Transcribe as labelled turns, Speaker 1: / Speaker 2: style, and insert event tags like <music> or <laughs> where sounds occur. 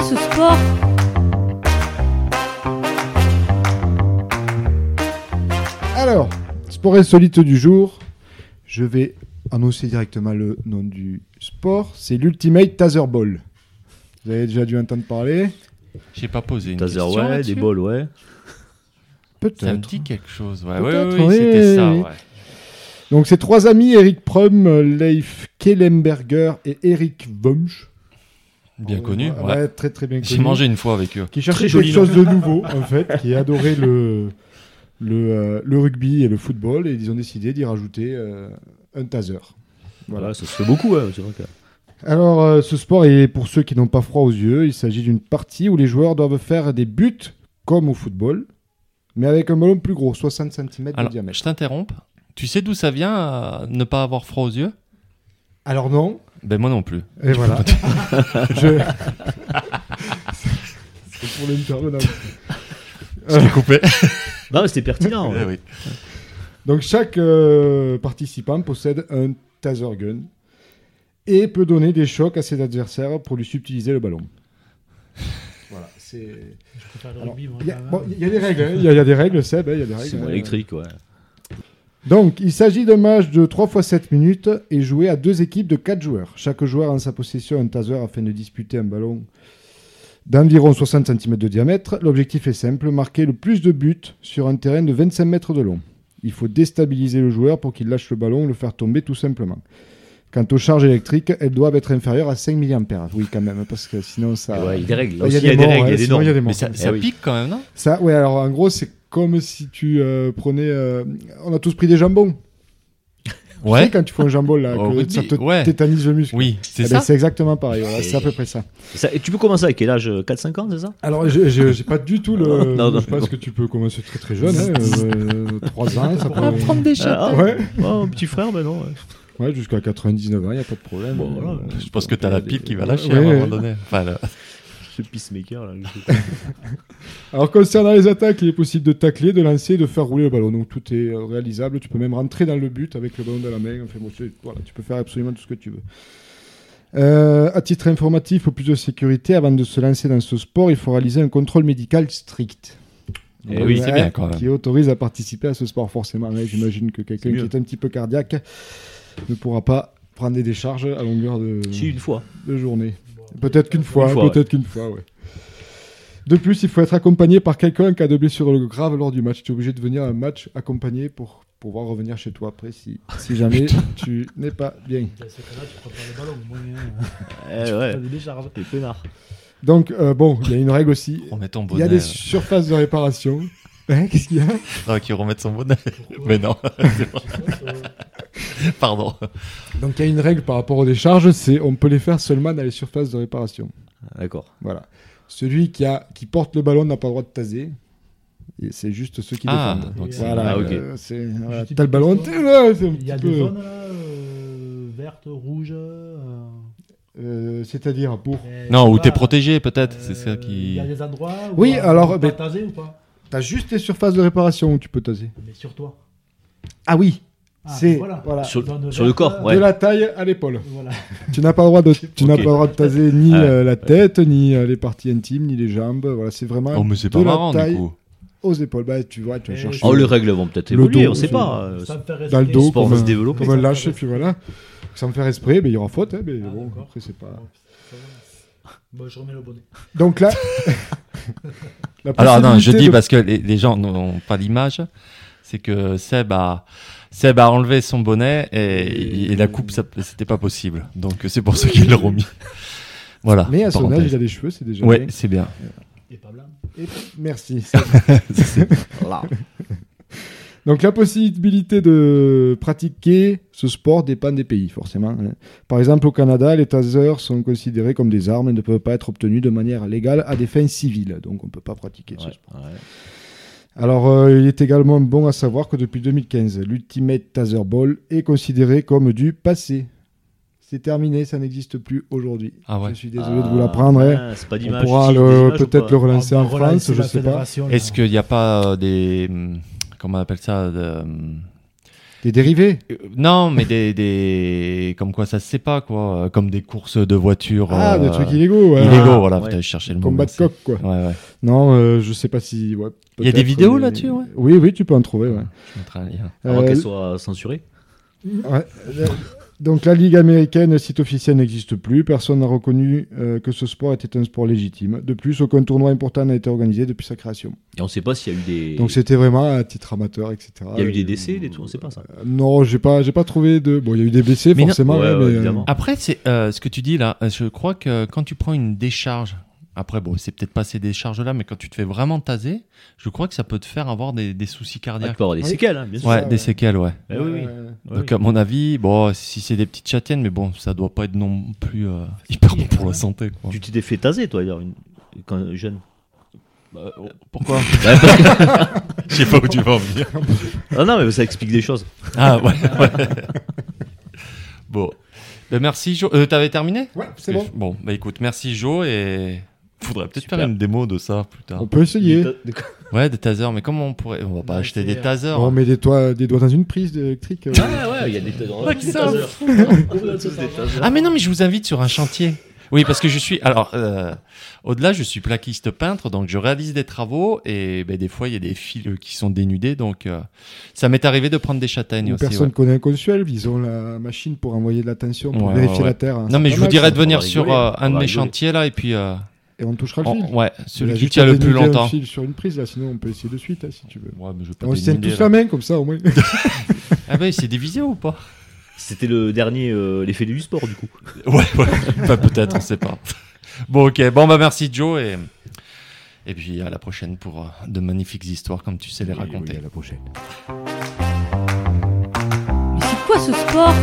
Speaker 1: ce sport
Speaker 2: Alors, sport insolite du jour. Je vais annoncer directement le nom du sport. C'est l'Ultimate Taser Ball. Vous avez déjà dû entendre parler
Speaker 3: J'ai pas posé une
Speaker 4: Taser,
Speaker 3: question
Speaker 4: ouais,
Speaker 3: là-dessus.
Speaker 4: des balles, ouais.
Speaker 3: Ça me
Speaker 2: Peut-être.
Speaker 3: dit quelque chose. Ouais, ouais,
Speaker 2: Peut-être,
Speaker 3: ouais,
Speaker 2: oui,
Speaker 3: c'était ça.
Speaker 2: oui.
Speaker 3: Ouais.
Speaker 2: Donc, ces trois amis, Eric Prum, euh, Leif Kellenberger et Eric Wumsch.
Speaker 3: Bien connu.
Speaker 2: Oh, Ouais,
Speaker 3: ouais.
Speaker 2: ouais, très très bien connu.
Speaker 3: J'ai mangé une fois avec eux.
Speaker 2: Qui cherchait
Speaker 4: Très
Speaker 2: quelque
Speaker 4: joli
Speaker 2: chose de nouveau, en fait, qui adorait le, le, euh, le rugby et le football, et ils ont décidé d'y rajouter euh, un taser.
Speaker 4: Voilà, ça se fait beaucoup, ouais, c'est vrai que-
Speaker 2: Alors, euh, ce sport est pour ceux qui n'ont pas froid aux yeux. Il s'agit d'une partie où les joueurs doivent faire des buts, comme au football, mais avec un ballon plus gros, 60 cm de
Speaker 3: Alors,
Speaker 2: diamètre.
Speaker 3: je t'interromps. Tu sais d'où ça vient, euh, ne pas avoir froid aux yeux
Speaker 2: Alors non,
Speaker 3: Ben moi non plus.
Speaker 2: et voilà. <laughs> Je- C'est pour l'intervenant.
Speaker 3: Je l'ai <laughs> coupé.
Speaker 4: Non, mais c'était pertinent. ouais.
Speaker 3: Ouais, Eh oui.
Speaker 2: Donc chaque euh, participant possède un taser gun et peut donner des chocs à ses adversaires pour lui subtiliser le ballon. Voilà, c'est. Alors, Il y, a- bon, il y a des règles, hein, il y, a- il y a des règles, Seb, hein, il y a des règles.
Speaker 4: C'est
Speaker 2: hein.
Speaker 4: moins électrique, ouais.
Speaker 2: Donc, il s'agit d'un match de 3 x 7 minutes et joué à deux équipes de 4 joueurs. Chaque joueur a en sa possession un taser afin de disputer un ballon d'environ 60 cm de diamètre. L'objectif est simple, marquer le plus de buts sur un terrain de 25 mètres de long. Il faut déstabiliser le joueur pour qu'il lâche le ballon ou le faire tomber tout simplement. Quant aux charges électriques, elles doivent être inférieures à 5 mA. Oui, quand même, parce que sinon ça...
Speaker 4: Et ouais, il y a des règles. Là
Speaker 2: Il
Speaker 4: aussi,
Speaker 2: y a des, morts, ouais, sinon il y a des
Speaker 3: Mais
Speaker 2: morts.
Speaker 3: ça,
Speaker 4: Eh
Speaker 3: ça
Speaker 4: oui.
Speaker 3: pique quand même, non
Speaker 2: Ça, ouais, alors en gros, c'est comme si tu euh, prenais. euh, on a tous pris des jambons. Tu sais,
Speaker 3: Ouais.
Speaker 2: quand tu fais un jambon, là,
Speaker 3: <laughs> Au
Speaker 2: que
Speaker 3: rugby,
Speaker 2: ça te
Speaker 3: ouais.
Speaker 2: tétanise le muscle.
Speaker 3: Oui,
Speaker 2: Eh
Speaker 3: c'est
Speaker 2: ben,
Speaker 3: ça.
Speaker 2: c'est exactement pareil, voilà,
Speaker 4: Et-
Speaker 2: c'est à peu près ça.
Speaker 4: Et ça- et tu peux commencer à quel âge 4-5 ans, c'est ça
Speaker 2: Alors, j'ai- j'ai j'ai pas du tout
Speaker 3: <laughs>
Speaker 2: le.
Speaker 4: Non, non,
Speaker 2: je pense
Speaker 4: non.
Speaker 2: que tu peux commencer très très jeune, 3 ans, ça
Speaker 1: On va prendre
Speaker 2: peut.
Speaker 1: des chats.
Speaker 4: Ah,
Speaker 2: Ouais,
Speaker 4: Oh, un petit frère, ben non. ouais.
Speaker 2: ouais jusqu'à 99 ans, il a pas de problème.
Speaker 4: Bon, voilà.
Speaker 3: Je pense que t'as la pile qui va lâcher
Speaker 2: Ouais,
Speaker 3: à un
Speaker 2: ouais.
Speaker 3: moment donné. Enfin, là,
Speaker 4: Ce peacemaker, là. je-
Speaker 2: Alors, concernant les attaques, il est possible de tacler, de lancer, de faire rouler le ballon. Donc, tout est euh, réalisable. Tu peux même rentrer dans le but avec le ballon dans la main. Enfin, bon, c'est- voilà, tu peux faire absolument tout ce que tu veux. Euh, à titre informatif, pour plus de sécurité, avant de se lancer dans ce sport, il faut réaliser un contrôle médical strict.
Speaker 4: Eh
Speaker 2: Donc,
Speaker 4: oui,
Speaker 3: c'est bien quand même.
Speaker 2: Qui autorise à participer à ce sport, forcément. Ouais, J'imagine que quelqu'un
Speaker 4: C'est
Speaker 2: qui
Speaker 4: mieux.
Speaker 2: est un petit peu cardiaque ne pourra pas prendre des décharges à longueur de.
Speaker 4: Si, une fois.
Speaker 2: De journée. Peut-être qu'une fois,
Speaker 4: fois,
Speaker 2: peut-être qu'une fois, ouais. De plus, il faut être accompagné par quelqu'un en cas de blessure grave lors du match. Tu es obligé de venir à un match accompagné pour pouvoir revenir chez toi après si, si jamais tu n'es pas bien.
Speaker 5: Dans ce cas-là, tu prépares le ballon. Moi,
Speaker 4: Eh
Speaker 5: ouais.
Speaker 4: ouais.
Speaker 5: des décharges.
Speaker 4: T'es peinard.
Speaker 2: Donc, euh, bon, il y a une règle aussi.
Speaker 3: remet ton
Speaker 2: Il y a
Speaker 3: bonnet. euh,
Speaker 2: des surfaces de réparation. Hein, Qu'est-ce qu'il y a
Speaker 3: Ah, qui remettent son bonnet. <laughs> Mais non,
Speaker 5: Euh,
Speaker 3: pardon.
Speaker 2: Donc, il y a une règle par rapport aux décharges, c'est on peut les faire seulement dans les surfaces de réparation.
Speaker 4: D'accord.
Speaker 2: Voilà. Celui qui, a, qui porte le ballon n'a pas le droit de taser. Et C'est juste ceux qui
Speaker 3: Ah,
Speaker 2: défendent.
Speaker 3: donc c'est-
Speaker 2: voilà,
Speaker 4: ah, ok.
Speaker 2: euh, c'est- voilà,
Speaker 5: Juste une
Speaker 2: t'as le ballon,
Speaker 5: petite
Speaker 2: t'es là, c'est un
Speaker 5: Il y a
Speaker 2: petit
Speaker 5: des
Speaker 2: peu-
Speaker 5: zones là, euh, vertes, rouges. euh,
Speaker 2: Euh, C'est-à-dire pour.
Speaker 5: et je
Speaker 3: Non,
Speaker 5: sais
Speaker 3: ou
Speaker 5: pas,
Speaker 3: t'es protégé peut-être.
Speaker 5: euh,
Speaker 3: C'est ça
Speaker 5: Il
Speaker 3: qui.
Speaker 5: y a des endroits où
Speaker 2: Oui,
Speaker 5: euh,
Speaker 2: alors,
Speaker 5: on peut
Speaker 2: mais-
Speaker 5: pas taser ou pas
Speaker 2: T'as juste les surfaces de réparation où tu peux taser.
Speaker 5: Mais sur toi.
Speaker 2: Ah oui,
Speaker 5: Ah,
Speaker 2: c'est
Speaker 5: voilà.
Speaker 2: voilà,
Speaker 4: Sur,
Speaker 5: Zone
Speaker 4: sur le
Speaker 5: verte,
Speaker 4: corps,
Speaker 5: euh,
Speaker 4: ouais.
Speaker 2: de la taille à
Speaker 5: <laughs>
Speaker 2: l'épaule.
Speaker 5: Voilà.
Speaker 2: tu n'as pas le droit de, tu n'as
Speaker 4: Ok.
Speaker 2: pas le droit de taser ni
Speaker 4: Ah.
Speaker 2: euh, la tête, ni euh, les parties intimes, ni les jambes. Voilà, c'est vraiment
Speaker 3: Oh, mais c'est
Speaker 2: de
Speaker 3: pas
Speaker 2: la
Speaker 3: marrant
Speaker 2: taille.
Speaker 3: du coup. Oh.
Speaker 2: aux épaules. Bah, tu vois, tu vas
Speaker 5: Et
Speaker 2: chercher
Speaker 4: Oh, les règles vont peut-être
Speaker 2: Le
Speaker 4: évoluer,
Speaker 2: dos,
Speaker 4: on sait
Speaker 2: c'est-
Speaker 4: pas. euh,
Speaker 5: Ça me fait
Speaker 2: dans le
Speaker 5: rester-
Speaker 2: dos,
Speaker 4: sport
Speaker 2: comme
Speaker 4: va se
Speaker 2: un,
Speaker 4: développer.
Speaker 2: comme un lâche, et puis voilà. Sans faire esprit, mais il y aura faute. hein, mais
Speaker 5: Ah,
Speaker 2: bon,
Speaker 5: d'accord.
Speaker 2: après c'est pas.
Speaker 5: Bon, je remets le bonnet.
Speaker 2: Donc là. <laughs> la
Speaker 3: Alors non, je
Speaker 2: possibilité
Speaker 3: dis
Speaker 2: de-
Speaker 3: parce que les, les gens n'ont pas l'image, c'est que Seb a, Seb a enlevé son bonnet et, et la coupe, ça- c'était pas possible. Donc c'est pour ça qu'il l'a
Speaker 2: <laughs>
Speaker 3: remis. Voilà.
Speaker 2: Mais à son
Speaker 3: parenthèse.
Speaker 2: âge, il a des cheveux, c'est déjà.
Speaker 3: Ouais,
Speaker 2: bien.
Speaker 3: c'est bien.
Speaker 5: Il est pas blanc.
Speaker 2: Et merci.
Speaker 4: Là.
Speaker 2: <laughs> Donc la possibilité de pratiquer ce sport dépend des pays, forcément. hein. Par exemple, au Canada, les tasers sont considérés comme des armes et ne peuvent pas être obtenus de manière légale à des fins civiles. Donc on ne peut pas pratiquer ce
Speaker 4: Ouais,
Speaker 2: sport.
Speaker 4: ouais.
Speaker 2: Alors euh, il est également bon à savoir que depuis 2015, l'Ultimate Taser Ball est considéré comme du passé. C'est terminé, ça n'existe plus aujourd'hui.
Speaker 3: Ah ouais.
Speaker 2: Je suis désolé de
Speaker 4: Ah,
Speaker 2: vous l'apprendre. hein.
Speaker 4: ah, C'est pas
Speaker 2: On
Speaker 4: d'image.
Speaker 2: pourra
Speaker 4: si,
Speaker 2: le-
Speaker 4: des images ou
Speaker 2: peut-être
Speaker 4: pas
Speaker 2: le relancer
Speaker 5: Ah,
Speaker 2: en
Speaker 5: bon, voilà,
Speaker 2: France,
Speaker 5: c'est
Speaker 2: je
Speaker 5: la
Speaker 2: sais pas.
Speaker 5: <laughs> fédération, là.
Speaker 3: hmm, Est-ce qu'il n'y a pas euh, des, hum, comment on appelle ça, de, hum,
Speaker 2: Des dérivés
Speaker 3: Euh, Non, mais des, des. Comme quoi ça se sait pas, quoi. Euh, Comme des courses de voitures.
Speaker 2: Ah, des
Speaker 3: euh,
Speaker 2: trucs illégaux. ouais.
Speaker 3: illégaux, voilà.
Speaker 4: ouais.
Speaker 3: Putain, je cherchais le mot.
Speaker 2: Comme
Speaker 3: mais c'est-
Speaker 2: Badcock, quoi.
Speaker 3: Ouais, ouais.
Speaker 2: Non, euh, je sais pas si. ouais,
Speaker 3: Il y a des
Speaker 2: peut-être,
Speaker 3: vidéos
Speaker 2: mais-
Speaker 3: là-dessus, ouais.
Speaker 2: Oui, oui, tu peux en trouver. ouais.
Speaker 3: Je mettrai un lien.
Speaker 4: Avant
Speaker 2: Euh,
Speaker 4: qu'elle soit censurée.
Speaker 2: Ouais. Donc la Ligue américaine, site officiel, n'existe plus. Personne n'a reconnu euh, que ce sport était un sport légitime. De plus, aucun tournoi important n'a été organisé depuis sa création.
Speaker 4: Et on ne sait pas s'il y a eu des.
Speaker 2: Donc c'était vraiment à titre amateur, etc.
Speaker 4: Il y a eu des décès, des tout, on ne sait pas ça.
Speaker 2: Euh, Non, j'ai pas, j'ai pas trouvé de. Bon, il y a eu des blessés
Speaker 3: Mais non-
Speaker 2: forcément,
Speaker 4: Ouais,
Speaker 2: ouais,
Speaker 4: ouais,
Speaker 2: mais, euh,
Speaker 4: évidemment.
Speaker 3: Après, c'est euh, ce que tu dis là. euh, Je crois que quand tu prends une décharge, après, bon, c'est peut-être pas ces décharges-là, mais quand tu te fais vraiment taser, je crois que ça peut te faire avoir des, des soucis
Speaker 4: Ah, tu
Speaker 3: cardiaques.
Speaker 4: peux avoir des
Speaker 2: Oui.
Speaker 4: séquelles, hein, bien sûr.
Speaker 3: ouais,
Speaker 2: ça,
Speaker 3: des
Speaker 2: ouais.
Speaker 3: séquelles, ouais.
Speaker 4: Eh oui, oui.
Speaker 2: euh,
Speaker 4: Ouais,
Speaker 3: Donc,
Speaker 4: oui.
Speaker 3: à mon avis, bon, si c'est des petites châtiennes, mais bon, ça doit pas être non plus euh, hyper bon pour la santé, quoi.
Speaker 4: Tu t'es fait taser, toi, d'ailleurs, une... quand jeune. Bah, oh, <laughs>
Speaker 3: Pourquoi Je sais pas où tu vas en venir.
Speaker 4: Ah non, mais ça explique des choses.
Speaker 3: <laughs> Ah, ouais, ouais. <laughs> Bon. Ben, merci, Jo. Euh, T'avais terminé
Speaker 2: ouais, c'est bon.
Speaker 3: Bon, bah écoute, merci, Jo, et. Faudrait peut-être
Speaker 4: Super.
Speaker 3: faire une démo de ça plus tard.
Speaker 2: On peut essayer.
Speaker 4: De- de-
Speaker 3: Ouais, des tasers, mais comment on pourrait. On va pas
Speaker 5: Ouais,
Speaker 3: acheter
Speaker 5: c'est-
Speaker 3: des tasers.
Speaker 2: On met des, doigts- des doigts dans une prise électrique. euh.
Speaker 4: Ah ouais, il y a des tasers.
Speaker 3: Ah, qui ça
Speaker 4: On a tous des tasers.
Speaker 3: Ah, mais non, mais je vous invite sur un chantier. Oui, parce que je suis. Alors, euh, au-delà, je suis plaquiste peintre, donc je réalise des travaux et ben, des fois, il y a des fils euh, qui sont dénudés, donc euh, ça m'est arrivé de prendre des châtaignes
Speaker 2: Une
Speaker 3: aussi.
Speaker 2: personne
Speaker 3: ouais.
Speaker 2: connaît un consuel, ils ont la machine pour envoyer de la tension, pour
Speaker 3: Ouais,
Speaker 2: vérifier
Speaker 3: ouais,
Speaker 2: la terre. hein.
Speaker 3: Non,
Speaker 2: C'est
Speaker 3: mais
Speaker 2: pas
Speaker 3: je vous
Speaker 2: mal,
Speaker 3: dirais
Speaker 2: ça.
Speaker 3: de venir
Speaker 4: va
Speaker 3: sur
Speaker 4: rigoler.
Speaker 3: euh, un
Speaker 4: On
Speaker 3: de
Speaker 4: va
Speaker 3: mes
Speaker 4: rigoler.
Speaker 3: chantiers là, et puis. euh,
Speaker 2: Et on touchera le
Speaker 3: en-
Speaker 2: fil.
Speaker 3: ouais,
Speaker 2: On
Speaker 3: celui
Speaker 2: a
Speaker 3: qui
Speaker 2: juste
Speaker 3: tient
Speaker 2: à
Speaker 3: le plus
Speaker 2: dénouder un
Speaker 3: longtemps.
Speaker 2: fil sur une prise, là, sinon on peut essayer de suite, hein, si tu veux.
Speaker 3: Ouais, mais je vais pas
Speaker 2: On se tient
Speaker 3: dénuder,
Speaker 2: tous
Speaker 3: là.
Speaker 2: la main, comme ça, au moins. <laughs>
Speaker 3: Ah, ben, c'est divisé ou pas
Speaker 4: C'était le dernier, euh, l'effet du sport, du coup.
Speaker 3: <laughs> Ouais, ouais. Bah, peut-être, on sait pas. Bon, ok. Bon, bah, merci, Joe. Et, et puis, à la prochaine pour euh, de magnifiques histoires, comme tu sais les raconter.
Speaker 4: la prochaine.
Speaker 1: Mais c'est quoi ce sport